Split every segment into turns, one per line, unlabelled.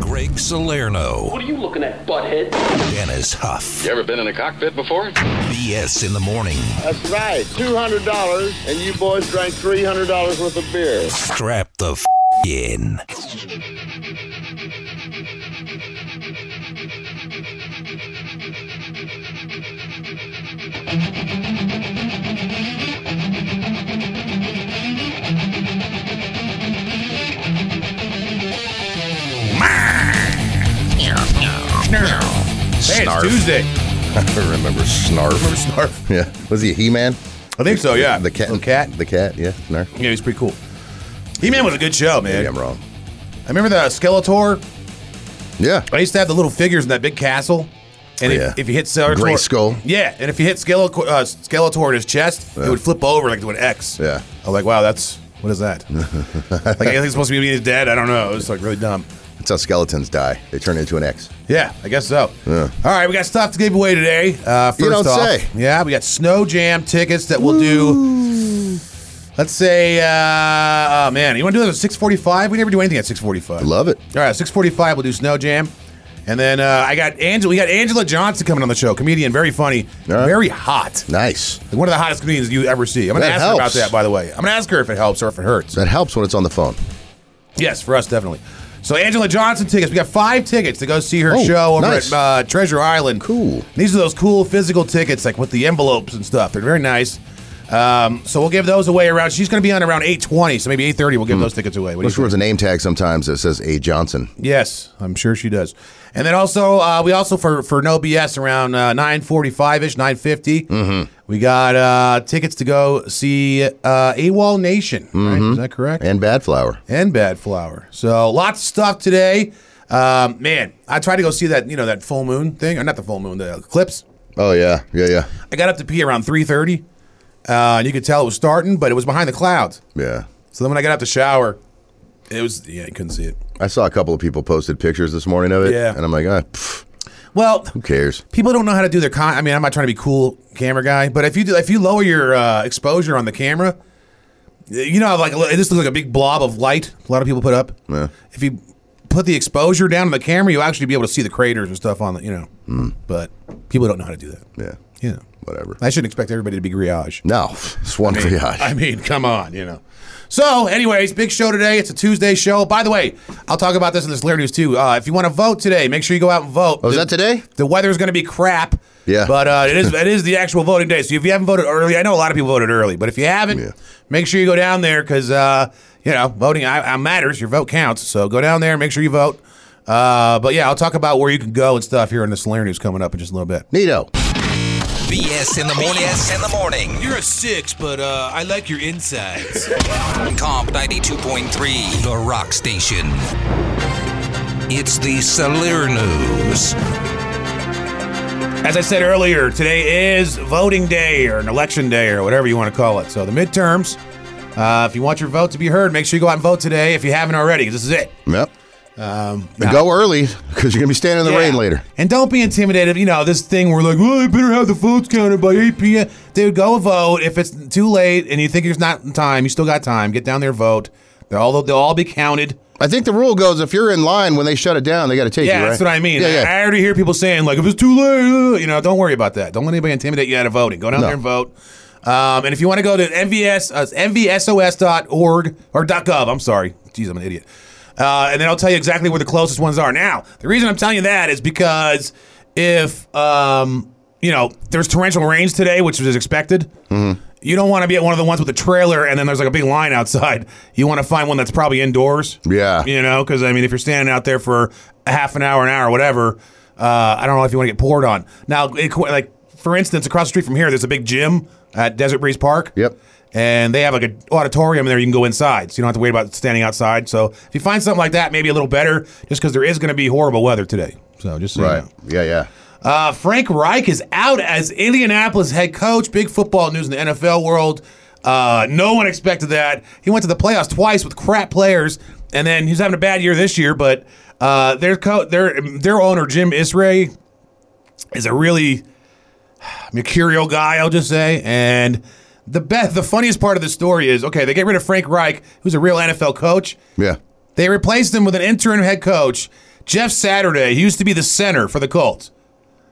Craig Salerno,
What are you looking at, butthead?
Dennis Huff.
You ever been in a cockpit before?
BS in the morning.
That's right. $200, and you boys drank $300 worth of beer.
Strap the f- in.
Hey, it's
Snarf.
Tuesday.
Remember Snarf?
Remember Snarf?
Yeah. Was he a He-Man?
I think so. Yeah.
The cat.
The cat.
The cat. Yeah. Snarf.
Yeah, he's pretty cool. He Man was a good show, man.
Maybe I'm wrong.
I remember the Skeletor.
Yeah.
I used to have the little figures in that big castle. And if,
Yeah.
if you hit Skeletor,
Gray skull.
yeah, and if you hit Skeletor, uh, Skeletor in his chest, it would flip over like to an X.
Yeah.
I was like, wow, that's what is that? like I think it's supposed to be his dad. I don't know. It was like really dumb.
That's how skeletons die. They turn into an X.
Yeah, I guess so. All right, we got stuff to give away today. Uh, first
You don't
off,
say.
yeah, we got Snow Jam tickets that we'll do. Let's say, uh, oh man, you want to do this at six forty-five? We never do anything at six forty-five.
Love it.
All right, six forty-five. We'll do Snow Jam, and then uh, I got Angela. We got Angela Johnson coming on the show. Comedian, very funny,
All right.
very hot.
Nice.
Like one of the hottest comedians you ever see. I'm gonna
That
ask her about
helps.
that, by the way. I'm gonna ask her if it helps or if it hurts.
That helps when it's on the phone.
Yes, for us definitely. So Angela Johnson tickets. We got five tickets to go see her
Oh,
show over
nice.
at uh, Treasure Island.
Cool.
These are those cool physical tickets, like with the envelopes and stuff. They're very nice. Um, so we'll give those away around. She's going to be on around eight twenty, so maybe eight thirty. We'll give
Hmm.
those tickets away. What do you
She wears a name tag sometimes that says A. Johnson.
Yes, I'm sure she does. And then also, uh, we also for for no BS around uh, 9:45 ish, 9:50.
Mm-hmm.
We got uh, tickets to go see uh, AWOL Nation. Right?
Mm-hmm.
Is that correct?
And Bad Flower.
and Bad Flower. So lots of stuff today. Um, man, I tried to go see that you know that full moon thing, or not the full moon, the eclipse.
Oh, yeah. Yeah, yeah.
I got up to pee around 3:30, uh, and you could tell it was starting, but it was behind the clouds.
Yeah.
So then when I got up to shower, it was yeah, you couldn't see it.
I saw a couple of people posted pictures this morning of it.
Yeah.
And I'm like, ah, pff,
Well,
who cares?
people don't know how to do their con. I mean, I'm not trying to be cool camera guy, but if you do, if you lower your uh, exposure on the camera, you know, how, like it just looks like a big blob of light. A lot of people put up.
Yeah.
If you put the exposure down on the camera, you'll actually be able to see the craters and stuff on the, you know. But people don't know how to do that.
Yeah.
You know,
Whatever.
I shouldn't expect everybody to be griage.
No. It's one for yacht.
I mean, come on, you know. So, anyways, big show today. It's a Tuesday show. By the way, I'll talk about this in this later news too. Uh, if you want to vote today, make sure you go out and vote.
Oh, is
The-
that today?
The weather's going to be crap.
Yeah.
But uh, it is it is the actual voting day. So if you haven't voted early, I know a lot of people voted early, but if you haven't,
Yeah.
make sure you go down there because uh, you know voting I, I matters. Your vote counts. So go down there and make sure you vote. Uh, but yeah, I'll talk about where you can go and stuff here in the Solarium News coming up in just a little bit.
Neato.
BS in the morning. BS in the morning.
You're a six, but uh, I like your insides.
Comp 92.3, The Rock Station. It's the Salir News.
As I said earlier, today is voting day or an election day or whatever you want to call it. So the midterms. Uh, if you want your vote to be heard, make sure you go out and vote today if you haven't already. 'cause This is it.
Yep.
Um,
And go early because you're going to be standing in the rain
Yeah.
later.
And don't be intimidated. You know, this thing where like, well, I better have the votes counted by 8 p.m. Dude, go vote. If it's too late and you think there's not time, you still got time. Get down there, vote. They'll all, they'll all be counted.
I think the rule goes if you're in line when they shut it down, they got to take
Yeah,
you, right?
that's what I mean.
Yeah,
I
yeah.
already hear people saying, like, if it's too late, uh, you know, don't worry about that. Don't let anybody intimidate you out of voting. Go down
No.
there and vote. Um, and if you want to go to MVS, uh, MVSOS.org or .gov, I'm sorry. Jeez, I'm an idiot. Uh, and then I'll tell you exactly where the closest ones are. Now, the reason I'm telling you that is because if, um, you know, there's torrential rains today, which was expected.
Mm-hmm.
You don't want to be at one of the ones with a trailer and then there's like a big line outside. You want to find one that's probably indoors.
Yeah.
You know, because I mean, if you're standing out there for a half an hour, an hour, whatever, uh, I don't know if you want to get poured on. Now, it, qu- like for instance, across the street from here, there's a big gym at Desert Breeze Park.
Yep.
And they have like an auditorium there you can go inside, so you don't have to worry about standing outside. So if you find something like that, maybe a little better, just because there is going to be horrible weather today. So just so you
Right.
know.
Yeah, yeah.
Uh, Frank Reich is out as Indianapolis head coach. Big football news in the NFL world. Uh, no one expected that. He went to the playoffs twice with crap players, and then he's having a bad year this year. But uh, their co- their their owner Jim Isray is a really mercurial guy, I'll just say. And the best, the funniest part of the story is okay, they get rid of Frank Reich, who's a real NFL coach.
Yeah.
They replaced him with an interim head coach Jeff Saturday, he used to be the center for the Colts.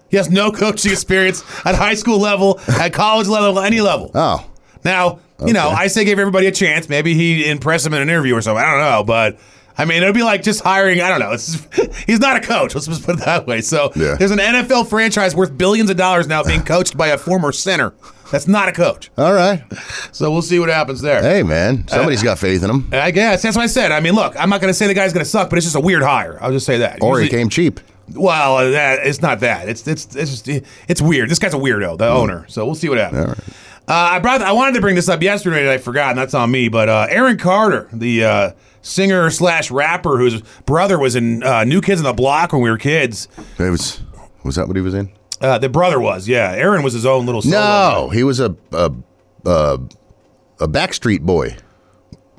He has no coaching experience at high school level, at college level, any level.
Oh,
Now, you know, I say give everybody a chance. Maybe he impressed him in an interview or something. I don't know, but I mean, it'd be like just hiring. I don't know. It's he's not a coach. Let's just put it that way. So
Yeah.
there's an NFL franchise worth billions of dollars now being coached by a former center. That's not a coach.
all right.
So we'll see what happens there.
Hey, man, somebody's got faith in him.
I guess that's what I said. I mean, look, I'm not going to say the guy's going to suck, but it's just a weird hire. I'll just say that.
Or he
Usually-
came cheap.
well, uh, that, it's not that. It's it's it's just it's weird. This guy's a weirdo,
Mm.
the owner. So we'll see what happens. Uh, I brought. I wanted to bring this up yesterday, and I forgot, and that's on me. But uh, Aaron Carter, the uh, singer slash rapper whose brother was in uh, New Kids on the Block when we were kids.
It was was that what he was in?
Uh, the brother was, yeah. Aaron was his own little solo.
No, he was a a a, a Backstreet Boy.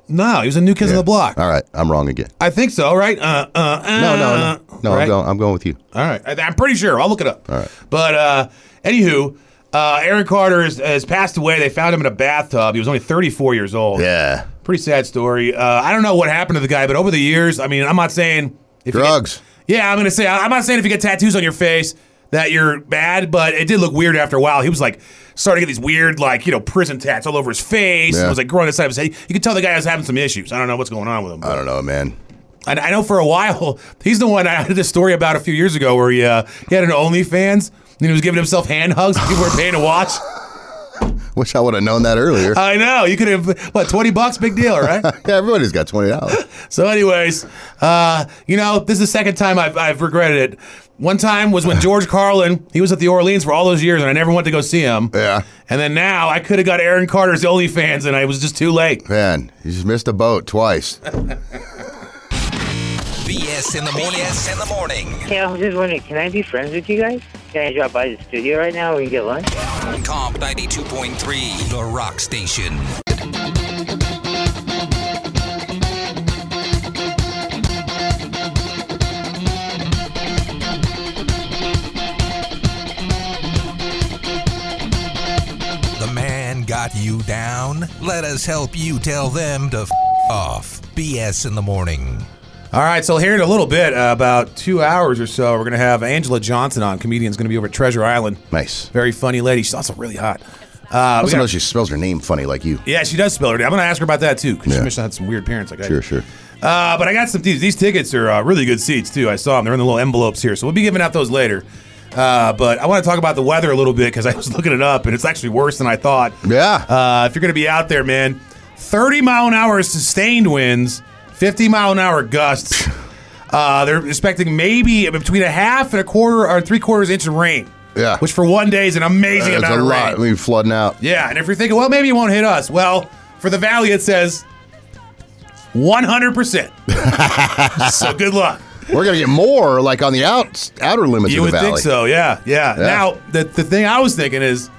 no, he was in New Kids on the Block.
All right, I'm wrong again.
I think so, right? Uh, uh, uh,
No, no, no, no.
right?
I'm going. I'm going with you.
All right. I, am pretty sure. I'll look it up.
All right.
But uh, anywho, uh, Aaron Carter has, has passed away. They found him in a bathtub. He was only 34 years old.
Yeah,
Pretty sad story. Uh, I don't know what happened to the guy, but over the years, I mean, I'm not saying if you get-
drugs.
yeah, I'm gonna say I'm not saying if you get tattoos on your face that you're bad, but it did look weird after a while. He was like starting to get these weird, like you know, prison tats all over his face. And
Yeah.
it was like growing inside of his head. You could tell the guy was having some issues. I don't know what's going on with him. but-
I don't know, man.
I, I know for a while, he's the one I did this story about a few years ago where he, uh, he had an OnlyFans and he was giving himself hand hugs. and People were paying to watch.
Wish I would have known that earlier.
I know. You could have, what, 20 bucks? Big deal, right?
yeah, everybody's got twenty dollars.
so, anyways, uh, you know, this is the second time I've, I've regretted it. One time was when George Carlin, he was at the Orleans for all those years and I never went to go see him.
Yeah.
And then now I could have got Aaron Carter's OnlyFans and I was just too late.
Man, you just missed a boat twice.
BS in the morning. BS in the morning.
Hey, I'm just wondering, can I be friends with you guys? Can I drop by the studio right now? We can get lunch.
Comp 92.3, The Rock Station. The man got you down? Let us help you tell them to f- off. BS in the morning.
All right, so here in a little bit, uh, about two hours or so, we're going to have Angela Johnson on. Comedian's going to be over at Treasure Island.
Nice.
Very funny lady. She's also really hot. Uh,
I
we
also know
got,
she spells her name funny like you.
yeah, she does spell her name. I'm going to ask her about that too because
Yeah.
she mentioned had some weird parents. Like I
Sure,
did.
sure.
Uh, but I got some these. These tickets are uh, really good seats too. I saw them. They're in the little envelopes here, so we'll be giving out those later. Uh, but I want to talk about the weather a little bit because I was looking it up and it's actually worse than I thought.
Yeah.
Uh, if you're going to be out there, man, 30 mile an hour sustained winds, 50 mile an hour gusts. Uh, they're expecting maybe between a half and a quarter or three quarters inch of rain.
Yeah.
Which for one day is an amazing
That's
amount
a
of
lot.
rain.
We flooding out.
Yeah. And if you're thinking, well, maybe it won't hit us. Well, for the valley, it says 100%. so good luck.
We're gonna get more like on the out, outer limits
You
of
would
the valley.
think so, yeah, yeah.
Yeah.
Now, the, the thing I was thinking is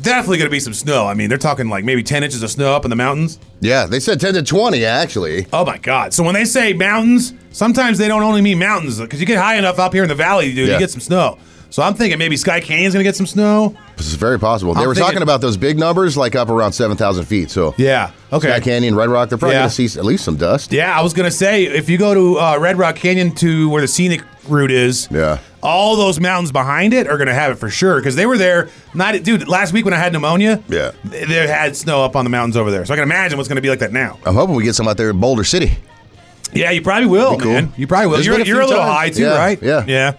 definitely going to be some snow. I mean, they're talking like maybe 10 inches of snow up in the mountains.
Yeah, they said ten to twenty actually.
Oh my God! So when they say mountains, sometimes they don't only mean mountains because you get high enough up here in the valley, dude, you
Yeah.
get some snow. So I'm thinking maybe Sky Canyon's gonna get some snow.
This is very possible. They
I'm
were
thinking-
talking about those big numbers, like up around seven thousand feet. So
Yeah. Okay.
Sky Canyon, Red Rock, they're probably
Yeah.
gonna see at least some dust.
Yeah, I was gonna say if you go to uh, Red Rock Canyon to where the scenic route is,
Yeah.
all those mountains behind it are gonna have it for sure because they were there. Not, dude, last week when I had pneumonia,
Yeah.
they, they had snow up on the mountains over there. So I can imagine what's gonna be like that now.
I'm hoping we get some out there in Boulder City.
Yeah, you probably will,
Be cool.
man. You probably will.
There's
You're,
been a
you're a
few
little
times.
high too,
Yeah,
right?
yeah.
yeah,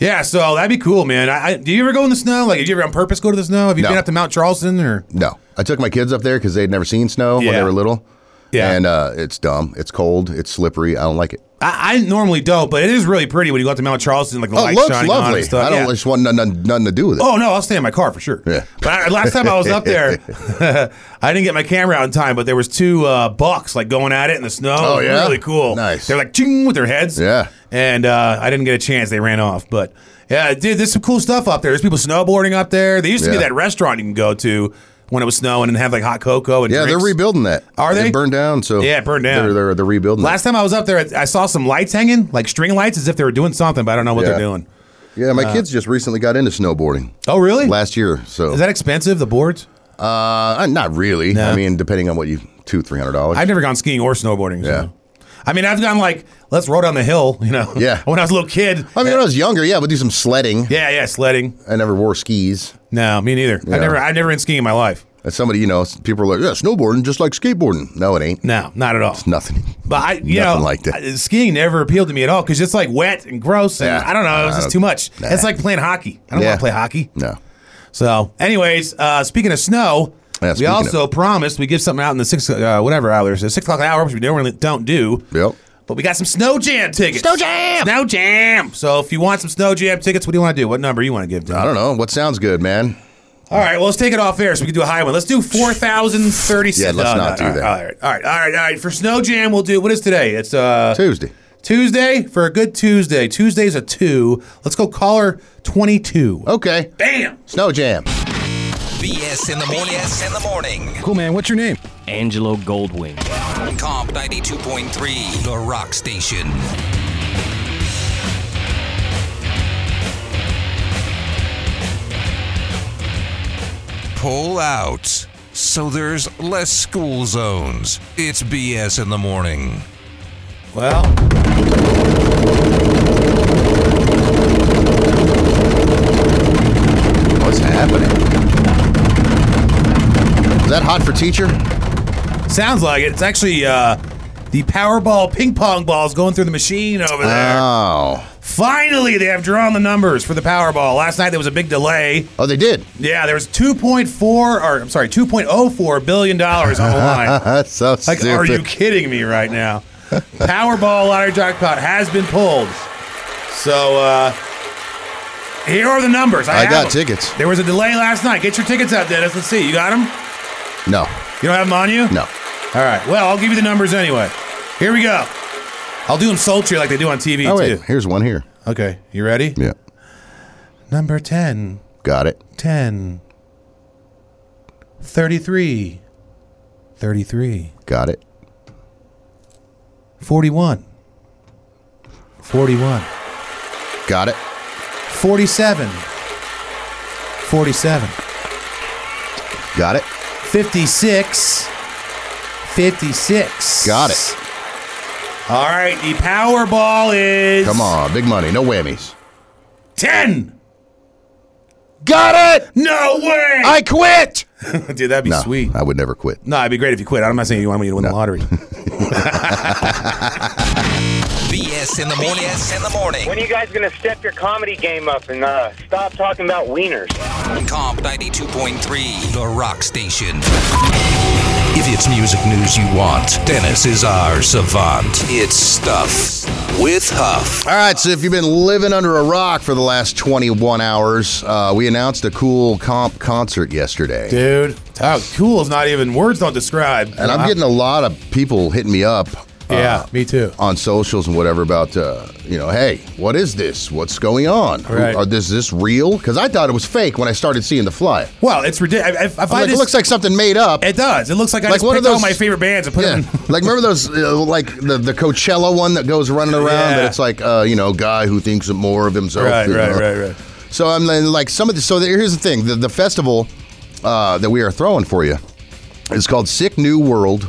yeah. So that'd be cool, man. I, I, do you ever go in the snow? Like, did you ever on purpose go to the snow? Have you
No.
been up to Mount Charleston or?
No, I took my kids up there because they'd never seen snow when
Yeah.
they were little.
Yeah.
and uh, it's dumb. It's cold. It's slippery. I don't like it.
I, I normally don't, but it is really pretty when you go up to Mount Charleston, like the
Oh, it
lights
looks
shining on
lovely.
and stuff.
I don't
yeah.
just want none, none, nothing to do with it.
Oh no, I'll stay in my car for sure.
Yeah.
But I, last time I was up there, I didn't get my camera out in time, but there was two uh, bucks like going at it in the snow.
Oh,
It was
yeah?
really cool.
Nice.
They're like ching with their heads.
Yeah.
And uh, I didn't get a chance. They ran off, but. Yeah, dude, there's some cool stuff up there. There's people snowboarding up there. There used to be
Yeah.
that restaurant you can go to when it was snowing and have like hot cocoa and
yeah,
drinks.
they're rebuilding that.
Are they?
It burned down. So
Yeah, it burned down.
They're, they're, they're rebuilding.
Last time I was up there, I saw some lights hanging, like string lights, as if they were doing something, but I don't know what
Yeah.
they're doing.
that. Yeah, my kids just recently got into snowboarding
Oh, Uh, really?
last year. So
Is that expensive? The boards?
Uh, not really. I mean, depending on what you two, three hundred dollars.
I've never gone skiing or snowboarding. So.
Yeah.
I mean, I've gone like, let's row down the hill, you know.
Yeah.
when I was a little kid.
I mean, when I was younger, yeah, we'd do some sledding.
yeah, yeah, sledding.
I never wore skis.
No, me neither. I
Yeah.
never, I never been skiing in my life.
And somebody, you know, people are like, yeah, snowboarding just like skateboarding. No, it ain't.
No, not at all.
Nothing.
But I, you
Nothing
know,
like that.
I- skiing never appealed to me at all because it's like wet and gross, and
Yeah.
I don't know, it was
I
just
don't-
too much.
Nah.
It's like playing hockey. I don't
Yeah.
want to play hockey.
No.
So, anyways, uh, speaking of snow,
Yeah,
we
speaking
also promised we give something out in the six uh, whatever hours, the six o'clock hour, which we normally don't do.
Yep.
But we got some snow jam tickets. Snow jam. Snow jam. So if you want some snow jam tickets, what do you want to do? What number you want to give? Tom?
I don't know. What sounds good, man?
All right, well, let's take it off air so we can do a high one. Let's do 4,036.
Yeah, let's
No,
not
no,
do that.
All right, all right, all right, all right. For Snow Jam, we'll do, what is today? It's uh,
Tuesday.
Tuesday for a good Tuesday. Tuesday's a two. Let's go caller 22.
Okay.
Bam!
Snow jam.
BS in the morning. BS in the morning.
Cool, man. What's your name?
Angelo Goldwing.
Comp 92.3, The Rock Station. Pull out so there's less school zones. It's BS in the morning.
Well,
What's happening? Is that hot for teacher?
sounds like it. It's actually uh, the Powerball ping pong balls going through the machine over there.
Oh.
Finally, they have drawn the numbers for the Powerball. Last night there was a big delay.
Oh, they did.
Yeah, there was 2.4, or I'm sorry, 2.04 billion dollars on the line.
That's so
Like,
stupid.
are you kidding me right now? Powerball lottery jackpot has been pulled. So uh here are the numbers. I,
I
have
got
them.
tickets.
There was a delay last night. Get your tickets out, Dennis. Let's see. You got them?
no.
You don't have them on you?
No.
All right. Well, I'll give you the numbers anyway. Here we go. I'll do them sultry like they do on TV
Oh,
too.
wait. Here's one here.
Okay. You ready?
Yeah.
Number 10,
Got it.
10, 33, 33.
Got it.
41 41
Got it.
47 47
Got it.
56 56
Got it.
all right the powerball is
Come on. Big money. No whammies.
10
Got it.
no way
I quit.
dude that'd be
No,
sweet
I would never quit.
no it'd be great if you quit i'm not saying you want me to win the lottery
BS in the morning. BS in the morning.
When are you guys gonna step your comedy game up and uh, stop talking about wieners?
Comp 92.3, The Rock Station. If it's music news you want, Dennis is our savant. It's Stuff with Huff.
All right, so if you've been living under a rock for the last 21 hours, uh, we announced a cool comp concert yesterday.
dude oh cool is not even words don't describe
And I'm getting a lot of people hitting me up uh,
yeah me too
on socials and whatever about, uh, you know, hey, what is this? What's going on? Who-
Right.
Are this, this real? Because I thought it was fake when I started seeing the flyer.
well it's ridiculous I, I, I find
I'm like,
this-
it looks like something made up.
it does it looks like i
Like
just
one
picked
of
all
those-
my favorite bands and put
yeah,
them in
like remember those, uh, like the, the Coachella one that goes running around,
Yeah.
that it's like, uh, you know, guy who thinks more of himself.
right
you
right
know?
right right
So I'm then, like some of the. So there- here's the thing: the, the festival uh, that we are throwing for you is called Sick New World,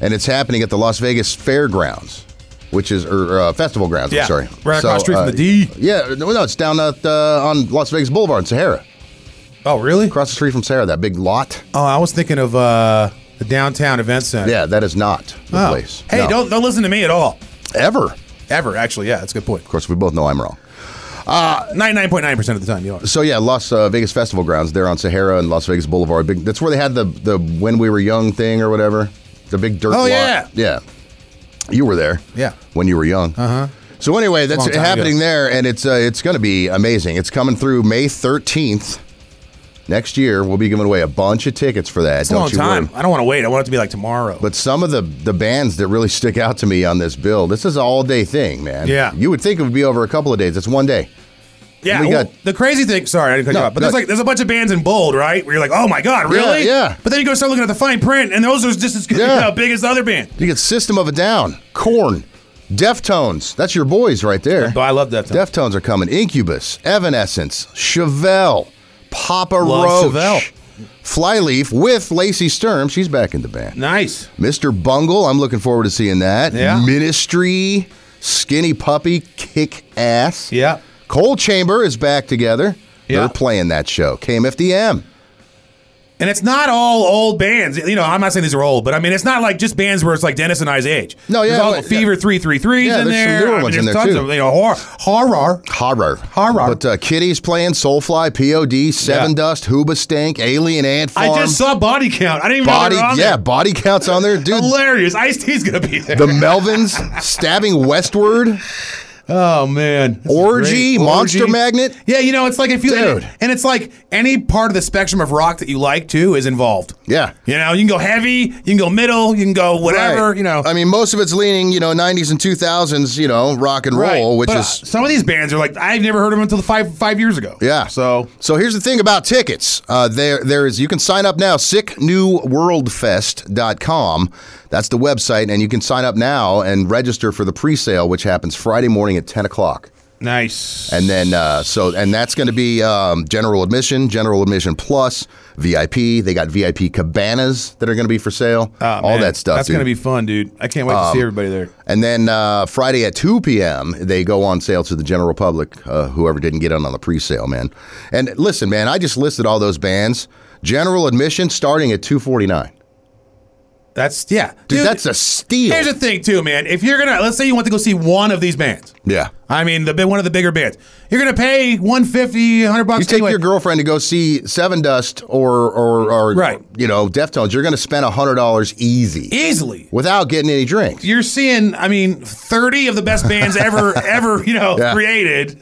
and it's happening at the Las Vegas Fairgrounds, which is or uh, festival grounds.
Yeah,
I'm sorry,
right across the street from
uh,
the D.
Yeah, no, no, it's down at, uh, on Las Vegas Boulevard in Sahara,
Oh, really?
across the street from Sahara. That big lot.
Oh, I was thinking of uh, the downtown event center.
Yeah, that is not the
Oh.
place.
Hey,
No.
don't don't listen to me at all.
ever. Of
Ever, actually. Yeah, that's a good point.
course, we both know I'm wrong.
99.9% of the time, you are.
So yeah, Las uh, Vegas Festival Grounds. They're on Sahara and Las Vegas Boulevard. Big, that's where they had the the when we were young thing or whatever. The big dirt.
Oh,
lot.
yeah.
yeah. You were there.
Yeah. Uh-huh.
when you were young. Uh huh. So anyway, that's
Long time
happening
ago.
there, and it's uh, it's going to be amazing. It's coming through May thirteenth next year. We'll be giving away a bunch of tickets for that.
It's a
don't
long
you
time.
worry.
I don't want to wait. I want it to be like tomorrow.
But some of the the bands that really stick out to me on this bill. This is an all day thing, man.
Yeah.
You would think it would be over a couple of days. It's one day.
yeah,
we
well,
got-
the crazy thing, sorry, I didn't cut
No,
you off, but
no.
there's like there's a bunch of bands in bold, right? Where you're like, oh my God, really?
yeah.
But then you go start looking at the fine print, and those are just as good,
Yeah.
how big as the other band.
You get System of a Down, Corn, Deftones. That's your boys right there.
But Oh, I love that. Time.
Deftones are coming. Incubus, Evanescence, Chevelle, Papa
Love
Roach.
Chevelle.
Flyleaf with Lacey Sturm. She's back in the band.
Nice.
Mr. Bungle, I'm looking forward to seeing that.
Yeah.
Ministry, Skinny Puppy, Kick Ass.
Yeah.
Cold Chamber is back together.
Yeah.
They're playing that show. KMFDM.
And it's not all old bands. You know, I'm not saying these are old, but I mean, it's not like just bands where it's like Dennis and I's age.
No, yeah,
There's all
well,
the Fever 333s
Yeah,
in
there's some
there.
newer
I mean,
ones in
there's
there,
tons
too.
Of, you know, horror. horror.
Horror.
Horror.
But uh, Kitty's playing Soulfly, POD, Seven
Yeah.
Dust, Hooba Stank, Alien Ant Farm.
I just saw Body Count. I didn't even
Body,
know they were on
yeah,
there.
body counts on there, dude.
Hilarious. Ice T's going to be there.
The Melvins stabbing westward,
oh, man. This is
orgy,
great.
monster
Orgy.
magnet.
Yeah, you know, it's like if you
Dude.
and it's like any part of the spectrum of rock that you like too is involved.
Yeah.
You know, you can go heavy, you can go middle, you can go whatever,
Right.
you know.
I mean, most of it's leaning, you know, 90s and 2000s, you know, rock and
Right.
roll, which
But, uh,
is
some of these bands are like I've never heard of them until the five five years ago.
yeah.
So
so here's the thing about tickets. Uh, there there is you can sign up now sicknewworldfest.com. That's the website, and you can sign up now and register for the pre-sale, which happens Friday morning at 10 o'clock.
nice.
And then uh, so and that's going to be um, general admission, general admission plus VIP. They got VIP cabanas that are going to be for sale.
Ah,
all
man,
that stuff.
That's
dude. Um,
gonna be fun, dude. I can't wait to see everybody there.
And then uh, Friday at 2 p.m., they go on sale to the general public, uh, whoever didn't get in on the pre sale, man. And listen, man, I just listed all those bands. General admission starting at 249
That's yeah,
Dude, that's a steal.
Here's the thing, too, man. If you're gonna let's say you want to go see one of these bands,
yeah.
I mean the big- one of the bigger bands, you're gonna pay 150, 100 bucks.
You take
anyway.
your girlfriend to go see Seven Dust or, or, or
Right.
you know, Deftones, you're going to spend $100 easy
easily.
without getting any drinks.
You're seeing, I mean, 30 of the best bands ever, ever, you know,
Yeah.
created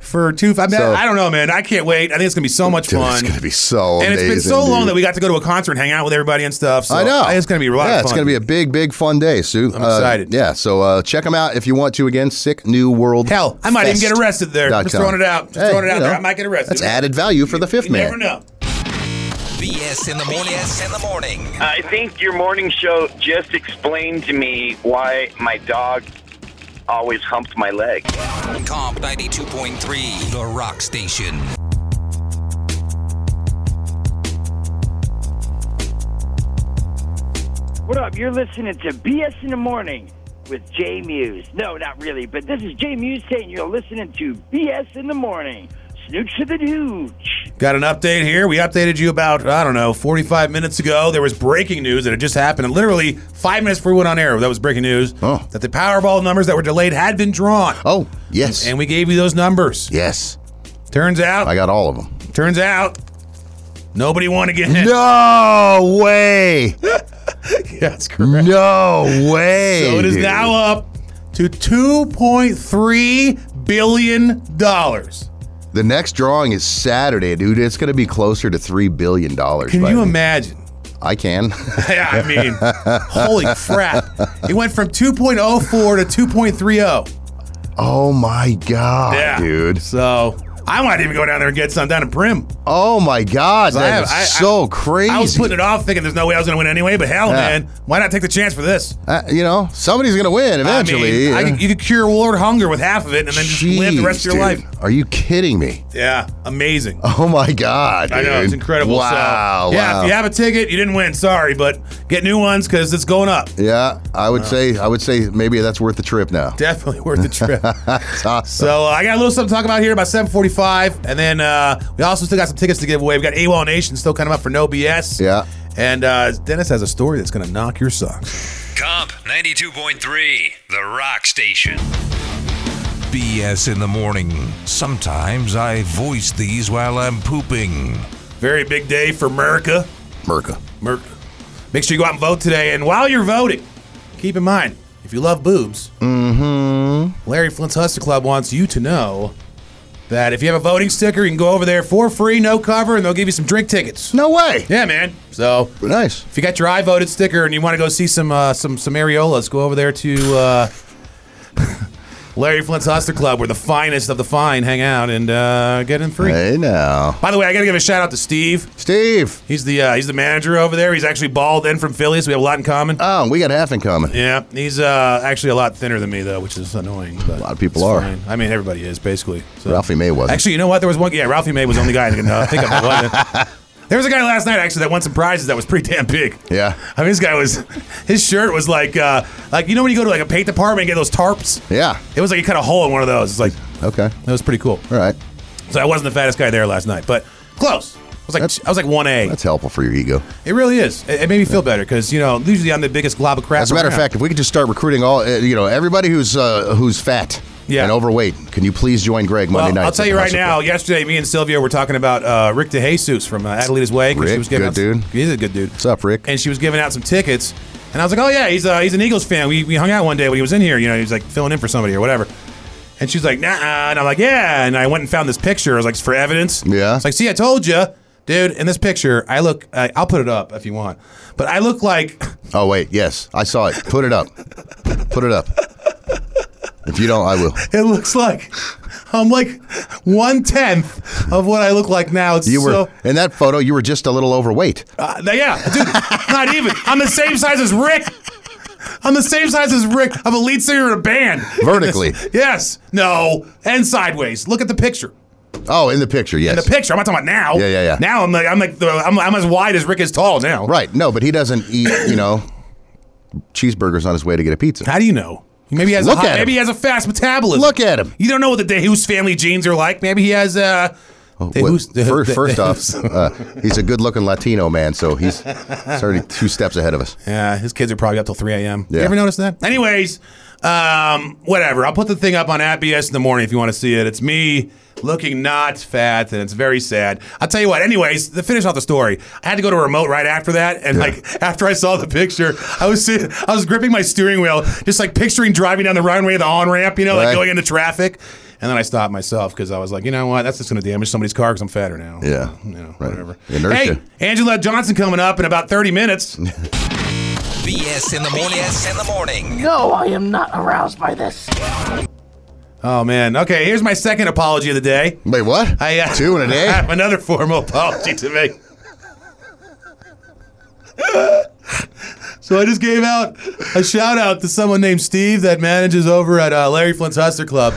for two. I, mean,
So-
I don't know, man. I can't wait. I think it's gonna be so much
Dude,
fun.
it's going to be so
and it's been
amazing,
so long
dude.
that we got to go to a concert and hang out with everybody and stuff. So
I know.
It's going to be a lot
yeah,
of fun.
it's going to be a big, big fun day, Sue. I'm
excited.
Yeah, so uh, check them out if you want to. Again, Sick New World.
Hell, I might even get arrested there. Just throwing it out. Just throwing it out there. I might get arrested.
That's added value for the fifth
You
man.
never know.
BS in the morning. BS in the morning.
I think your morning show just explained to me why my dog always humped my leg.
Comp 92.3, The Rock Station.
What up? You're listening to BS in the Morning with Jay Muse. No, not really, but this is Jay Muse saying you're listening to BS in the Morning. Snooch to the nooch.
Got an update here. We updated you about, I don't know, 45 minutes ago. There was breaking news that had just happened. And literally five minutes before we went on air, that was breaking news
Oh.
that the Powerball numbers that were delayed had been drawn.
Oh, yes.
And we gave you those numbers.
yes.
Turns out,
I got all of them.
turns out, nobody won again.
No way.
That's correct.
No way.
So it is
dude.
now up to $2.3 billion.
The next drawing is Saturday, dude. It's going to be closer to $3 billion.
Can you imagine?
I can.
Yeah, I mean, holy crap. It went from 2.04 to 2.30.
oh, my God,
Yeah.
dude.
So I might even go down there and get some down in Prim.
Oh, my God.
I
That
have-
is
I- I-
so crazy.
I was putting it off thinking there's no way I was going to win anyway, but hell,
Yeah.
man, why not take the chance for this?
Uh, you know, somebody's gonna win eventually.
I mean, I could, you could cure world hunger with half of it and then just live the rest of your life.
Jeez, dude. Are you kidding me?
Yeah, amazing.
Oh my god!
I know it's
dude.
incredible.
Wow!
so, yeah.
wow.
If you have a ticket, you didn't win. Sorry, but get new ones because it's going up.
Yeah, I would say I would say maybe that's worth the trip now.
Definitely worth the trip.
That's awesome.
so uh, I got a little something to talk about here about 7:45, and then uh, we also still got some tickets to give away. We got AWOL Nation still coming up for No BS.
Yeah.
And uh, Dennis has a story that's going to knock your socks.
Comp 92.3, The Rock Station.
BS in the morning. Sometimes I voice these while I'm pooping.
Very big day for America.
Merca.
Merc. Make sure you go out and vote today. And while you're voting, keep in mind if you love boobs, Larry Flint's Hustler Club wants you to know that if you have a voting sticker, you can go over there for free, no cover, and they'll give you some drink tickets.
No way.
Yeah, man. So
Nice.
if you got your I voted sticker and you want to go see some uh, some some areolas, go over there to uh, Larry Flint's Hustler Club, where the finest of the fine hang out and uh, get in free.
Hey now,
By the way, I got to give a shout out to Steve.
Steve.
He's the uh, he's the manager over there. He's actually bald and from Philly, so we have a lot in common.
Oh, we got half in common.
yeah, he's uh, actually a lot thinner than me though, which is annoying. But a
lot of people are.
I mean, everybody is basically. So.
Ralphie May wasn't.
Actually, you know what? There was one. Yeah, Ralphie May was the only guy I can uh, think of. That wasn't. There was a guy last night actually that won some prizes that was pretty damn big.
Yeah.
I mean, this guy was, his shirt was like, uh, like you know when you go to like a paint department and get those tarps.
Yeah.
It was like you cut a hole in one of those. It's like
Okay.
that was pretty cool.
All right.
So I wasn't the fattest guy there last night, but close. I was like
That's-
I was like one A.
That's helpful for your ego.
It really is. It, it made me feel better because you know usually I'm the biggest glob of crap.
As a matter of
around.
fact, if we could just start recruiting all, uh, you know, everybody who's uh, who's fat
Yeah.
and overweight, can you please join Greg Monday
Well,
night?
I'll tell you right now. Yesterday, me and Sylvia were talking about uh, Rick DeJesus from uh, Adelita's Way. 'cause
Rick,
giving
good
out-
dude.
He's a good dude.
What's up, Rick?
and she was giving out some tickets. And I was like, oh, yeah, he's, uh, he's an Eagles fan. We, we hung out one day when he was in here. You know, he was like filling in for somebody or whatever. And she's like, nah. And I'm like, yeah. And I went and found this picture. I was like, for evidence.
Yeah.
It's like, see, I told you. Dude, in this picture, I look, I I'll put it up if you want. But I look like,
Oh wait, yes, I saw it. Put it up. Put it up. If you don't, I will.
it looks like, I'm like one tenth of what I look like now. It's
You were
so,
in that photo. You were just a little overweight.
Uh, yeah, dude, not even. I'm the same size as Rick. I'm the same size as Rick. I'm a lead singer in a band.
Vertically.
yes. No. And sideways. Look at the picture.
Oh, in the picture, yes.
In the picture. I'm not talking about now.
Yeah, yeah, yeah.
Now I'm like I'm like the, I'm, I'm as wide as Rick is tall now.
Right. No, but he doesn't eat. You know, cheeseburgers on his way to get a pizza.
How do you know? Maybe he has
Look
a high-
at him.
maybe he has a fast metabolism.
Look at him.
You don't know what the DeHoos family genes are like. Maybe he has uh
What-
DeHoos- DeHoos-
Oh, first, first off,
DeHoos.
uh, he's a good-looking Latino man, so he's he's already two steps ahead of us.
Yeah, his kids are probably up till 3 a.m.
Yeah.
You ever notice that? Anyways, um, whatever. I'll put the thing up on at BS in the morning if you want to see it. It's me looking not fat, and it's very sad. I'll tell you what. Anyways, to finish off the story, I had to go to a remote right after that, and like after I saw the picture, I was sitting, I was gripping my steering wheel, just like picturing driving down the runway, the on ramp, you know,
Right.
like going into traffic. And then I stopped myself because I was like, you know what? That's just going to damage somebody's car because I'm fatter now.
Yeah.
You know,
Right.
whatever.
Inertia.
Hey, Angela Johnson coming up in about 30 minutes.
BS in the morning. BS in the morning.
No, I am not aroused by this.
Oh man. Okay, here's my second apology of the day.
Wait, what?
I uh,
Two in a
I
day?
have another formal apology to make. so I just gave out a shout out to someone named Steve that manages over at uh, Larry Flint's Hustler Club.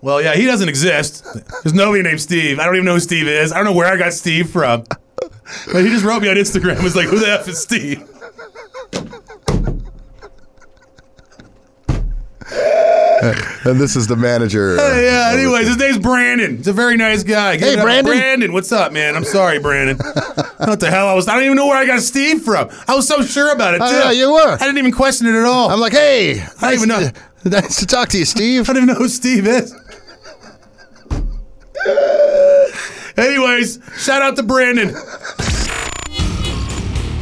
Well, yeah, he doesn't exist. There's nobody named Steve. I don't even know who Steve is. I don't know where I got Steve from. But he just wrote me on Instagram. Was like, who the f is Steve?
And this is the manager. uh,
Yeah,
of the-
anyways, his name's Brandon. He's a very nice guy. Give
Hey,
it up.
Brandon.
Brandon, what's up, man? I'm sorry, Brandon. what the hell? I was I don't even know where I got Steve from. I was so sure about it, too.
I know, you were.
I didn't even question it at all.
I'm like, hey,
I don't even know.
nice to talk to you, Steve.
I don't even know who Steve is. Anyways, shout out to Brandon.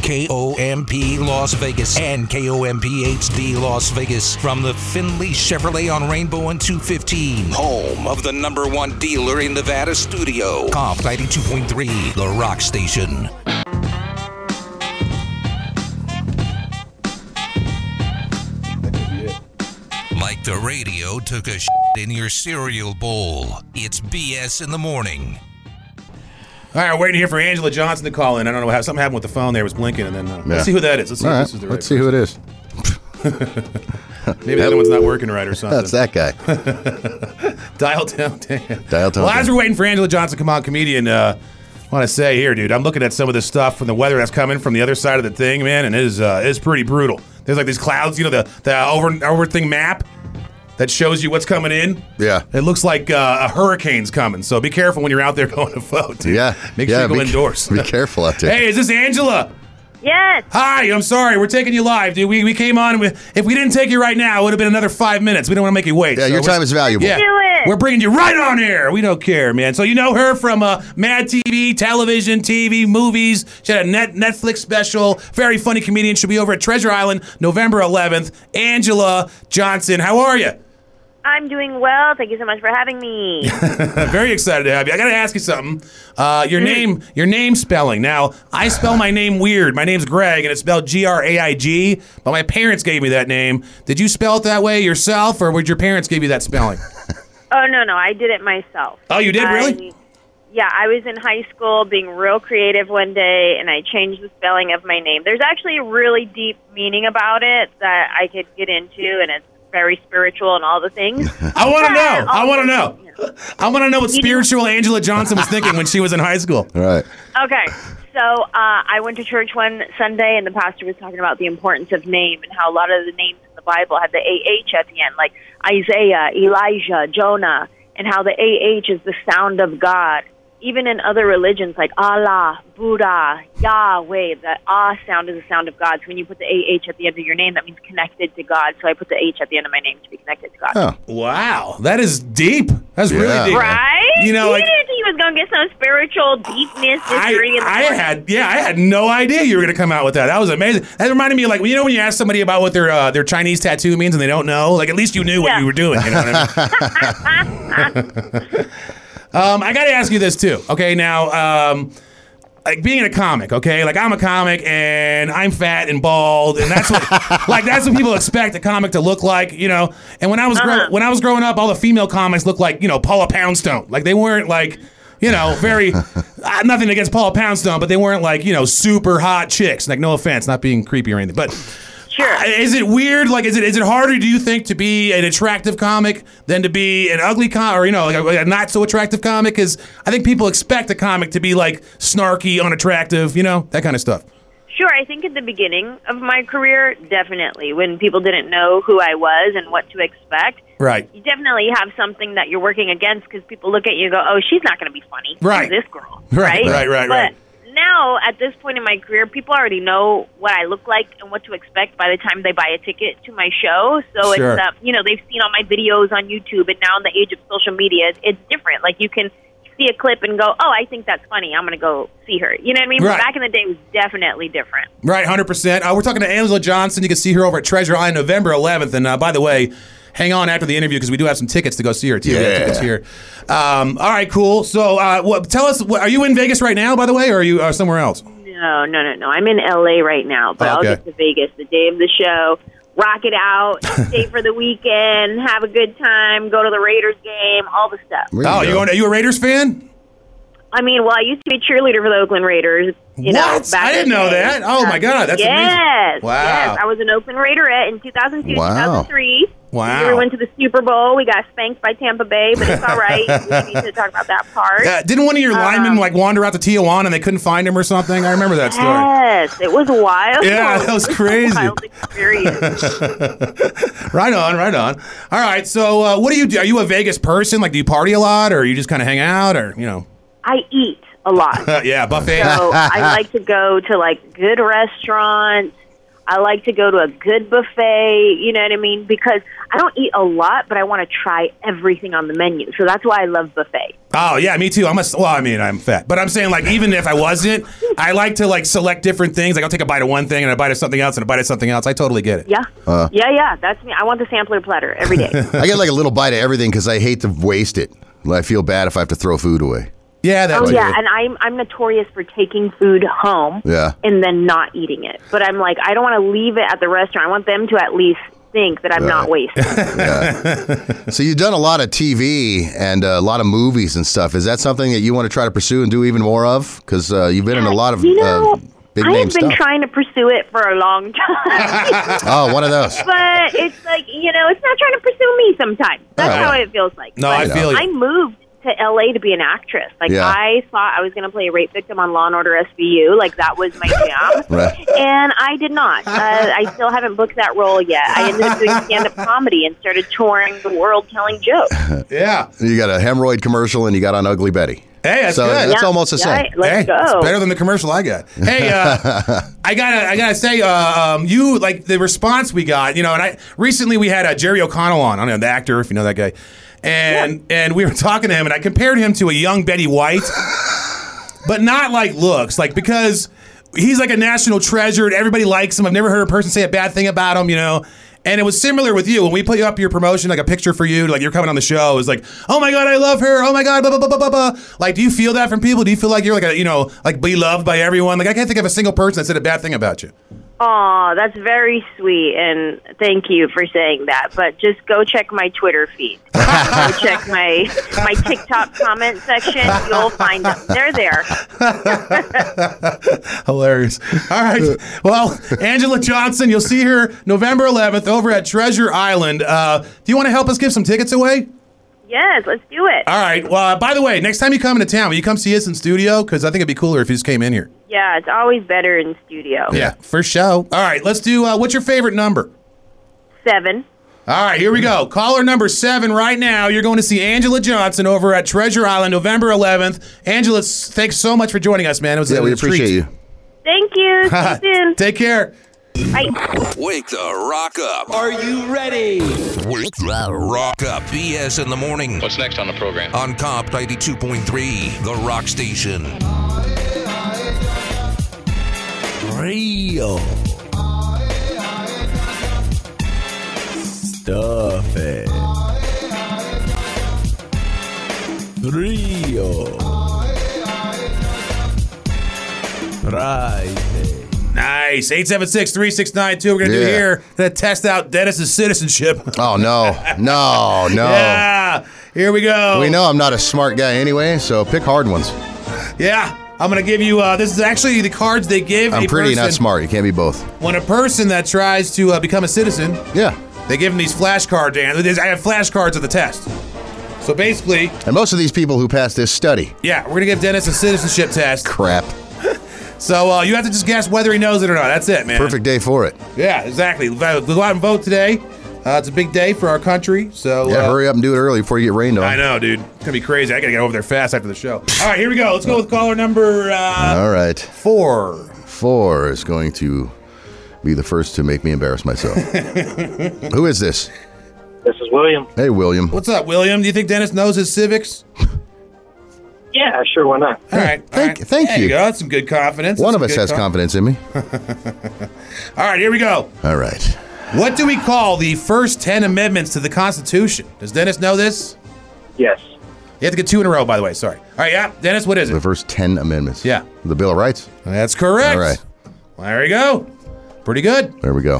KOMP Las Vegas and KOMP HD Las Vegas from the Finley Chevrolet on Rainbow and 215. Home of the number one dealer in Nevada studio. Comp 92.3, The Rock Station. Like the radio took a shit in your cereal bowl. It's BS in the morning.
All right, waiting here for Angela Johnson to call in. I don't know how something happened with the phone there. It was blinking, and then uh,
Yeah.
let's see who that is. Let's see
All
if
right,
this is the right
let's see who it is.
person. Maybe the other one's not working right or something.
That's that guy.
Dial down, Dan.
Dial down,
Well, as
Dan.
we're waiting for Angela Johnson, come on, comedian. Uh, want to say here, dude, I'm looking at some of this stuff from the weather that's coming from the other side of the thing, man, and it is uh, it's pretty brutal. There's like these clouds, you know, the the over over thing map that shows you what's coming in.
Yeah.
It looks like uh, a hurricane's coming, so be careful when you're out there going to vote. dude.
Yeah.
make
yeah,
sure you
be,
go indoors.
Be careful out there.
hey, is this Angela?
Yes.
Hi, I'm sorry. We're taking you live, dude. We, we came on. with if we didn't take you right now, it would have been another five minutes. We don't want to make you wait.
yeah,
so
your
we're-
time is valuable.
yeah.
Do it.
We're bringing you right on air. We don't care, man. So you know her from uh, Mad TV, television, TV, movies. She had a net Netflix special. Very funny comedian. She'll be over at Treasure Island November 11th. Angela Johnson, how are you?
I'm doing well. Thank you so much for having me.
I'm very excited to have you. I got to ask you something. Uh, your name, your name spelling. Now I spell my name weird. My name's Greg, and it's spelled G R A I G. But my parents gave me that name. Did you spell it that way yourself, or would your parents give you that spelling?
oh no, no, I did it myself.
Oh, you did?
I-
Really?
Yeah, I was in high school being real creative one day, and I changed the spelling of my name. There's actually a really deep meaning about it that I could get into, and it's very spiritual and all the things.
I want to
Yeah,
know. I want to know. I want to know what spiritual Angela Johnson was thinking when she was in high school.
All right.
Okay. So uh, I went to church one Sunday, and the pastor was talking about the importance of name and how a lot of the names in the Bible have the AH at the end, like Isaiah, Elijah, Jonah, and how the AH is the sound of God. Even in other religions like Allah, Buddha, Yahweh, the Ah sound is the sound of God. So when you put the AH at the end of your name, that means connected to God. So I put the H at the end of my name to be connected to God.
Oh,
Wow. That is deep. That's
Yeah.
really deep.
Right?
You know, like,
didn't think he was going to get some spiritual deepness this
I,
early in the
I
morning.
had yeah I had no idea you were gonna come out with that that was amazing that reminded me of like you know when you ask somebody about what their uh, their Chinese tattoo means and they don't know like at least you knew what
Yeah.
you were doing you know what I mean Um, I got to ask you this too. Okay, now, um, like being a comic, okay, like I'm a comic and I'm fat and bald, and that's what, like that's what people expect a comic to look like, you know. And when I was grow- when I was growing up, all the female comics looked like you know Paula Poundstone, like they weren't like. You know, very uh, nothing against Paula Poundstone, but they weren't like you know super hot chicks. Like, no offense, not being creepy or anything, but uh, is it weird? Like, is it is it harder? Do you think to be an attractive comic than to be an ugly comic, or you know, like a, a not so attractive comic? Because I think people expect a comic to be like snarky, unattractive, you know, that kind of stuff.
Sure, I think at the beginning of my career, definitely, when people didn't know who I was and what to expect,
Right.
you definitely have something that you're working against because people look at you and go, oh, she's not going to be funny. Who's
Right.
This girl.
Right,
Right.
right, right,
But
right.
now, at this point in my career, people already know what I look like and what to expect by the time they buy a ticket to my show. So
Sure.
it's, uh, you know, they've seen all my videos on YouTube, and now in the age of social media, it's- it's different. Like, you can see a clip and go, oh, I think that's funny. I'm going to go see her. You know what I mean?
Right.
But back in the day, it was definitely different.
Right, hundred percent. Uh, we're talking to Angela Johnson. You can see her over at Treasure Island November 11th. And uh, by the way, hang on after the interview because we do have some tickets to go see her too. We have
Yeah.
tickets here. Um, all right, cool. So, uh, what, tell us, what, are you in Vegas right now, by the way, or are you uh, somewhere else?
No, no, no, no. I'm in LA right now, but I'll
Oh, Okay.
get to Vegas the day of the show. Rock it out, stay for the weekend, have a good time, go to the Raiders game, all the stuff.
There
Oh,
you
you
go.
going? Are you a Raiders fan?
I mean, well, I used to be a cheerleader for the Oakland Raiders. You know,
What?
back
I
in
didn't
the
know
day.
that. Oh, my God, that's
yes,
amazing. Wow.
Yes, I was an Oakland Raiderette in 2002,
Wow.
2003.
Wow.
We went to the Super Bowl. We got spanked by Tampa Bay, but it's all right. we need to talk about that part.
Uh, didn't one of your linemen
Um,
like wander out to Tijuana and they couldn't find him or something? I remember that story.
Yes, it was wild.
Yeah, that was
It a
crazy.
wild experience.
right on, right on. All right, so uh, what do you do? Are you a Vegas person? Like, do you party a lot, or you just kind of hang out, or you know?
I eat a lot.
Uh, yeah, buffet.
So I like to go to like good restaurants. I like to go to a good buffet. You know what I mean? Because I don't eat a lot, but I want to try everything on the menu. So that's why I love buffet.
Oh yeah, me too. I'm a well. I mean, I'm fat, but I'm saying like even if I wasn't, I like to like select different things. Like I'll take a bite of one thing and a bite of something else and a bite of something else. I totally get it.
Yeah, yeah, yeah. That's me. I want the sampler platter every day. Oh,
I get like a little bite of everything because I hate to waste it. I feel bad if I have to throw food away.
Yeah, that.
oh
too.
yeah, and I'm I'm notorious for taking food home
Yeah.
and then not eating it. But I'm like, I don't want to leave it at the restaurant. I want them to at least think that I'm not wasting.
So you've done a lot of TV and uh, a lot of movies and stuff. Is that something that you want to try to pursue and do even more of? Because uh, you've been in a lot of
you know,
uh, big
I
name
have been
stuff.
trying to pursue it for a long time.
oh, one of those.
but it's like you know, it's not trying to pursue me. Sometimes that's
Right.
how it feels like.
No,
But
I feel you.
I moved to LA to be an actress. Like
Yeah.
I thought I was going to play a rape victim on Law and Order SVU. Like that was my jam,
Right.
and I did not. Uh, I still haven't booked that role yet. I ended up doing stand-up comedy and started touring the world, telling jokes.
yeah.
You got a hemorrhoid commercial and you got on Ugly Betty.
Hey, that's
so
good.
that's almost the
Yeah,
same.
hey,
let's go.
it's better than the commercial I got. Hey, uh, I gotta, I gotta say, uh, um, you like the response we got, you know. And I recently we had uh, Jerry O'Connell on, I don't know the actor, if you know that guy, and and we were talking to him, and I compared him to a young Betty White, but not like looks, like because he's like a national treasure and everybody likes him. I've never heard a person say a bad thing about him, you know. And it was similar with you when we put you up your promotion, like a picture for you, like you're coming on the show. It was like, oh my god, I love her. Oh my god, blah blah blah blah blah. blah. Like, do you feel that from people? Do you feel like you're like a you know like beloved by everyone? Like, I can't think of a single person that said a bad thing about you.
Oh, that's very sweet, and thank you for saying that. But just go check my Twitter feed. go check my my TikTok comment section. You'll find them. They're there.
Hilarious. All right. Well, Angela Johnson, you'll see her November 11th over at Treasure Island. Uh, do you want to help us give some tickets away?
Yes, let's do it.
All right. Well, uh, by the way, next time you come into town, will you come see us in studio? Because I think it'd be cooler if you just came in here.
Yeah, it's always better in studio.
Yeah, for show. All right. Let's do. Uh, what's your favorite number?
Seven.
All right, here we go. Caller number seven right now. You're going to see Angela Johnson over at Treasure Island November 11th. Angela, s- thanks so much for joining us, man. It was
Yeah,
a
we
treat.
appreciate you.
Thank you. See you soon.
Take care.
Bye.
Wake the rock up. Are you ready? Wake the rock up. BS in the morning. What's next on the program? On Comp 92.3, The Rock Station. Real
Stuff it. Rio.
Friday. Nice. 876 3692. We're going to do
Yeah.
here. Going to test out Dennis's citizenship.
Oh no, no, no.
Yeah. Here we go.
Oh. We know I'm not a smart guy anyway, so pick hard ones.
Yeah. I'm going to give you uh, this is actually the cards they give.
I'm
a
pretty
person.
not smart. You can't be both.
When a person that tries to uh, become a citizen,
yeah,
they give them these flashcards. Dan, There's- I have flashcards of the test. So basically,
And most of these people who pass this study.
yeah, we're gonna give Dennis a citizenship test.
Crap.
So uh, you have to just guess whether he knows it or not. That's it, man.
Perfect day for it.
Yeah, exactly. Vote- Go out and vote today. Uh, it's a big day for our country. So
Yeah,
uh,
hurry up and do it early before you get rained on.
I know, dude. It's gonna be crazy. I gotta get over there fast after the show. All right, here we go. Let's go with caller number. Uh,
All right.
Four.
Four is going to be the first to make me embarrass myself. Who is this?
This is William.
Hey, William.
What's up, William? Do you think Dennis knows his civics?
Yeah, sure, why not?
All right. all
Thank-
right.
thank
there
you.
go. That's some good confidence.
One
That's
of us
some
has
good con-
confidence in me.
All right, here we go.
All right.
What do we call the first 10 amendments to the Constitution? Does Dennis know this?
Yes.
You have to get two in a row, by the way. Sorry. All right, yeah. Dennis, what is it?
The first 10 amendments. Yeah. The Bill of Rights.
That's correct.
All right.
There you go. Pretty good.
There we go.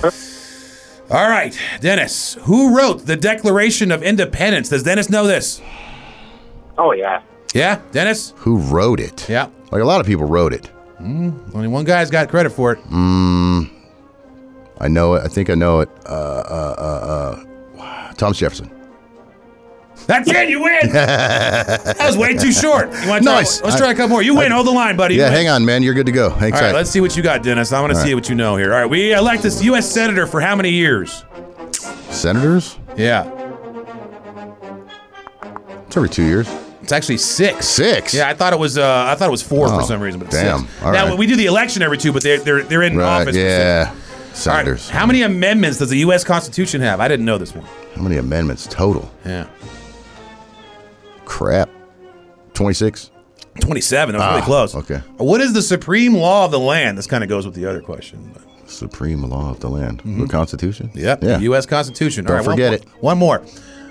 All right, Dennis, who wrote the Declaration of Independence? Does Dennis know this?
Oh, yeah.
Yeah, Dennis?
Who wrote it?
Yeah.
Like a lot of people wrote it.
Mm, only one guy's got credit for it.
Mm, I know it. I think I know it. Uh, uh, uh, uh, Thomas Jefferson.
That's it, you win!
that
That was way too short. You want to
Nice.
Try, let's try a couple more. You win. Hold the line, buddy. You
yeah,
win.
hang on, man. You're good to go. Hang
All right,
tight.
let's see what you got, Dennis. I want to
All
see
right.
what you know here. All right, we elect this U.S. senator for how many years?
Senators?
Yeah,
It's every two years.
it's actually six.
Six.
Yeah, I thought it was. Uh, I thought it was four
Oh,
for some reason, but it's
damn.
six.
All
now
right.
we do the election every two, but they're they're, they're in
Right,
office. for
yeah.
six. All right,
Senators.
How many amendments does the U.S. Constitution have? I didn't know this one.
How many amendments total?
Yeah,
Crap. 26?
twenty-seven. That was
Ah,
really close.
Okay.
What is the supreme law of the land? This kind of goes with the other question. but-
Supreme law of the land. The
Mhm.
Constitution?
Yep.
Yeah.
The U.S. Constitution.
Don't forget
one, it. One more.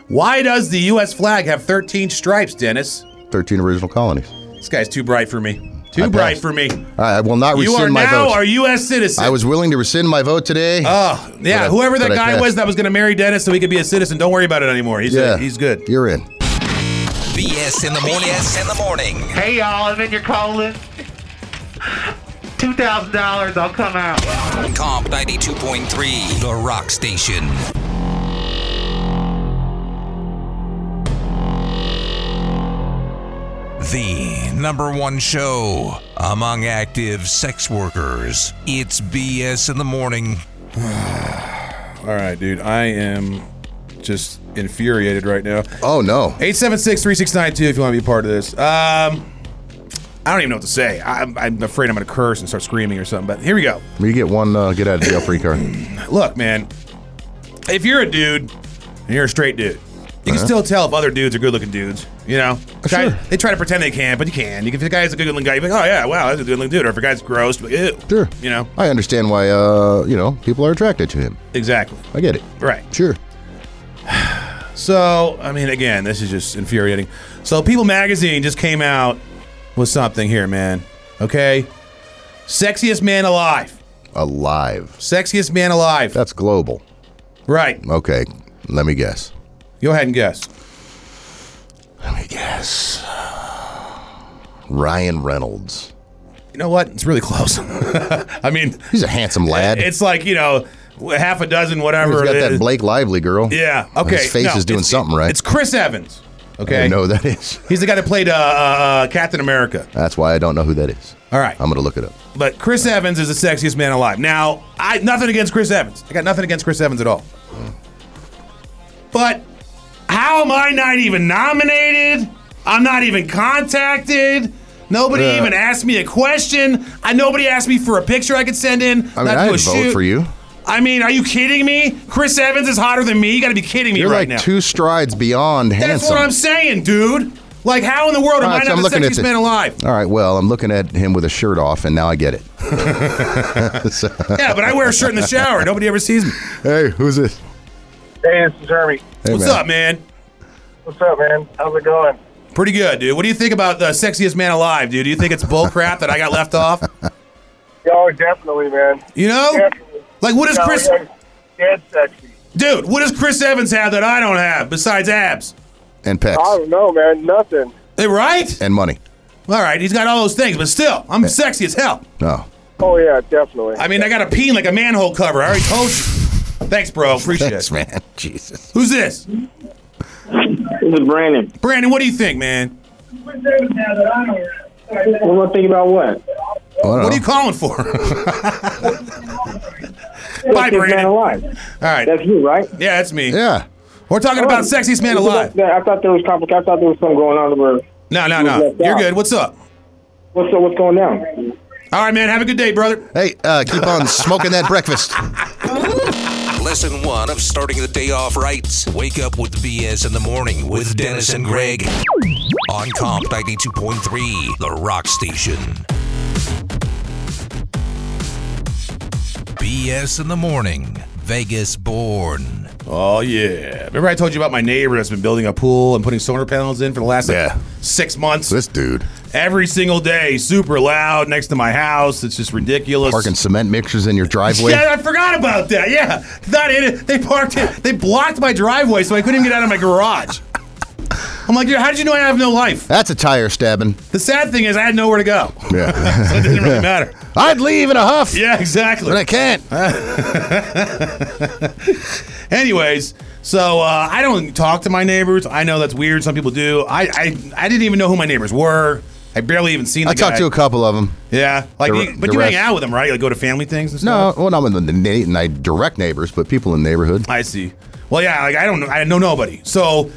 Why does the U.S. flag have 13 stripes, Dennis?
13 original colonies.
This guy's too bright for me. Too
I
bright
passed.
for me.
All right, I will not
You
rescind
are
my
now
vote.
a U.S. citizen.
I was willing to rescind my vote today.
Oh, yeah,
But I-
whoever that
but I
guy was
passed.
that was going to marry Dennis so he could be a citizen, don't worry about it anymore. He's
yeah,
he's good.
You're in.
BS in the morning. BS in the morning.
Hey y'all, I'm in your call list. Two thousand dollars, I'll come out.
Comp 92.3, The Rock Station. The number one show among active sex workers. It's BS in the morning.
All right, dude. I am just infuriated right now.
Oh, no.
876 3692 if you want to be a part of this. Um, I don't even know what to say. I'm, I'm afraid I'm going to curse and start screaming or something, but here we go.
You get one uh, get out of jail free card.
Look, man, if you're a dude and you're a straight dude, you can
Uh-huh.
still tell if other dudes are good looking dudes, you know? Guy- They try to pretend they can't, but you can. You can if the guy's a good looking guy, you think, oh, yeah, wow, that's a good looking dude. Or if a guy's gross, you're like, ew.
Sure.
You know?
I understand why, uh, you know, people are attracted to him.
Exactly.
I get it.
Right.
Sure.
So, I mean, again, this is just infuriating. So, People Magazine just came out with something here, man. Okay? Sexiest man alive.
alive.
Sexiest man alive.
That's global.
Right.
Okay, let me guess.
Go ahead and guess.
Let me guess. Ryan Reynolds.
You know what? It's really close. I mean,
he's a handsome lad.
It's like you know, half a dozen, whatever.
He's got
it
that
is.
Blake Lively girl.
Yeah. Okay.
His face
No,
is doing
it's-
something right.
It's Chris Evans. Okay.
I know who that is.
He's the guy that played uh, uh, uh, Captain America.
That's why I don't know who that is.
All right.
I'm gonna look it up.
But Chris Evans is the sexiest man alive. Now, I nothing against Chris Evans. I got nothing against Chris Evans at all. But how am I not even nominated? I'm not even contacted. Nobody
Yeah.
even asked me a question. I nobody asked me for a picture I could send in.
I
not
mean,
to
I'd
do
vote
a shoot.
for you.
I mean, are you kidding me? Chris Evans is hotter than me. You got to be kidding me
You're
right
like
now.
two strides beyond
That's
handsome.
what I'm saying, dude. Like, how in the world am
All
I
right, so
not the sexiest
the-
man alive?
All right, well, I'm looking at him with a shirt off, and now I get it. So-
Yeah, but I wear a shirt in the shower. Nobody ever sees me.
Hey, who's this?
Hey, this is Herbie.
Hey,
What's
man.
up, man?
What's up, man? How's it going?
Pretty good, dude. What do you think about the sexiest man alive, dude? Do you think it's bull crap that I got left off?
Oh, definitely, man.
You know?
Definitely.
Like, what is
No,
Chris?
yeah, Dead sexy.
Dude, what does Chris Evans have that I don't have besides abs?
And pecs.
I don't know, man. Nothing.
Hey, right?
And money.
All right, he's got all those things, but still, I'm sexy as hell.
No.
Oh yeah, definitely.
I mean, I got a peen like a manhole cover. I already told you. Thanks, bro. Appreciate
Thanks,
it.
man. Jesus.
Who's this?
This is Brandon.
Brandon, what do you think, man?
What do I think about what?
What
Oh.
are you calling for? Bye,
Sexiest
Brandon.
man alive.
All right.
That's you, right?
Yeah, that's me.
Yeah.
We're talking about
Oh.
sexiest man alive.
I thought there was complicated. I thought there was something going on. Where
No, no, no.
Left
You're
out.
good. What's up?
what's up? What's going down?
All right, man. Have a good day, brother.
Hey, uh, keep on smoking that breakfast.
Lesson one of starting the day off right. Wake up with BS in the morning with Dennis and Greg. On Comp 92.3, The Rock Station. BS in the morning, Vegas born.
Oh yeah. Remember I told you about my neighbor that's been building a pool and putting solar panels in for the last like, six months?
This dude.
Every single day, super loud next to my house. It's just ridiculous.
Parking cement mixers in your driveway.
Yeah, I forgot about that. Yeah, not in it. They parked it. They blocked my driveway, so I couldn't even get out of my garage. I'm like, "Yeah, how did you know I have no life?
That's a tire stabbing.
The sad thing is, I had nowhere to go.
Yeah.
So it didn't really matter.
I'd leave in a huff.
Yeah, exactly.
But I can't.
Anyways, so uh, I don't talk to my neighbors. I know that's weird. Some people do. I I, I didn't even know who my neighbors were. I barely even seen. The
I talked
guy.
to a couple of them.
Yeah, like,
The-
you- but
the
you hang
rest-
out with them, right? Like, go to family things and
No,
stuff.
well, not with the na- na- direct neighbors, but people in the neighborhood.
I see. Well, yeah, like I don't, I know nobody. So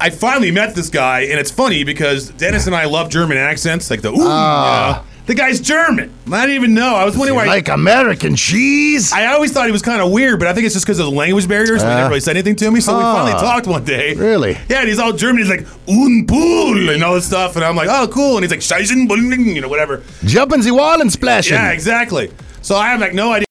I finally met this guy, and it's funny because Dennis and I love German accents, like the ooh. you
Ah.
know? The guy's German. I didn't even know. I was wondering why.
like American cheese.
I always thought he was kind of weird, but I think it's just because of the language barriers. so he
Ah.
never really said anything to me. So we
Ah.
finally talked one day.
Really?
Yeah, and he's all German. He's like un pool and all this stuff, and I'm like, oh, cool. And he's like Scheißen, you know, whatever.
Jumping the wall and splashing.
Yeah, exactly. So I have like no idea